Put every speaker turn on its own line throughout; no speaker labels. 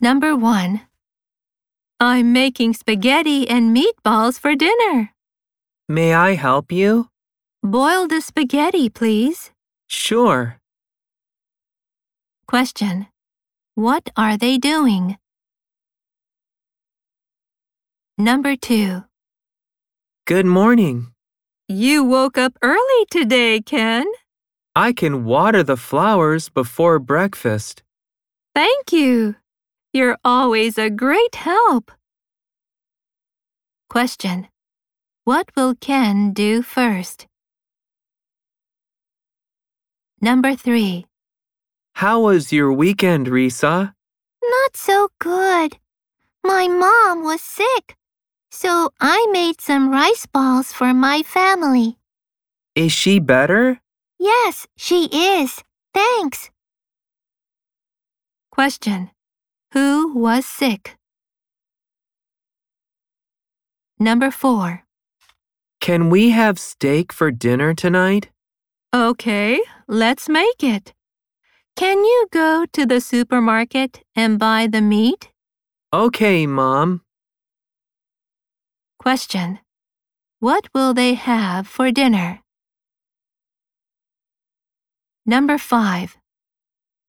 Number one. I'm making spaghetti and meatballs for dinner.
May I help you?
Boil the spaghetti, please.
Sure.
Question. What are they doing? Number two.
Good morning.
You woke up early today, Ken.
I can water the flowers before breakfast.
Thank you. You're always a great help. Question. What will Ken do first? Number three.
How was your weekend, Risa?
Not so good. My mom was sick, so I made some rice balls for my family.
Is she better?
Yes, she is. Thanks.
Question. Who was sick? Number four.
Can we have steak for dinner tonight?
Okay, let's make it. Can you go to the supermarket and buy the meat?
Okay, Mom.
Question. What will they have for dinner? Number five.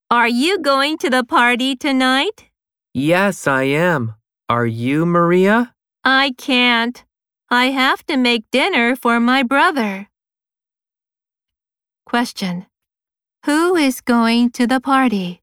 Are you going to the party tonight?
Yes, I am. Are you Maria?
I can't. I have to make dinner for my brother. Question. Who is going to the party?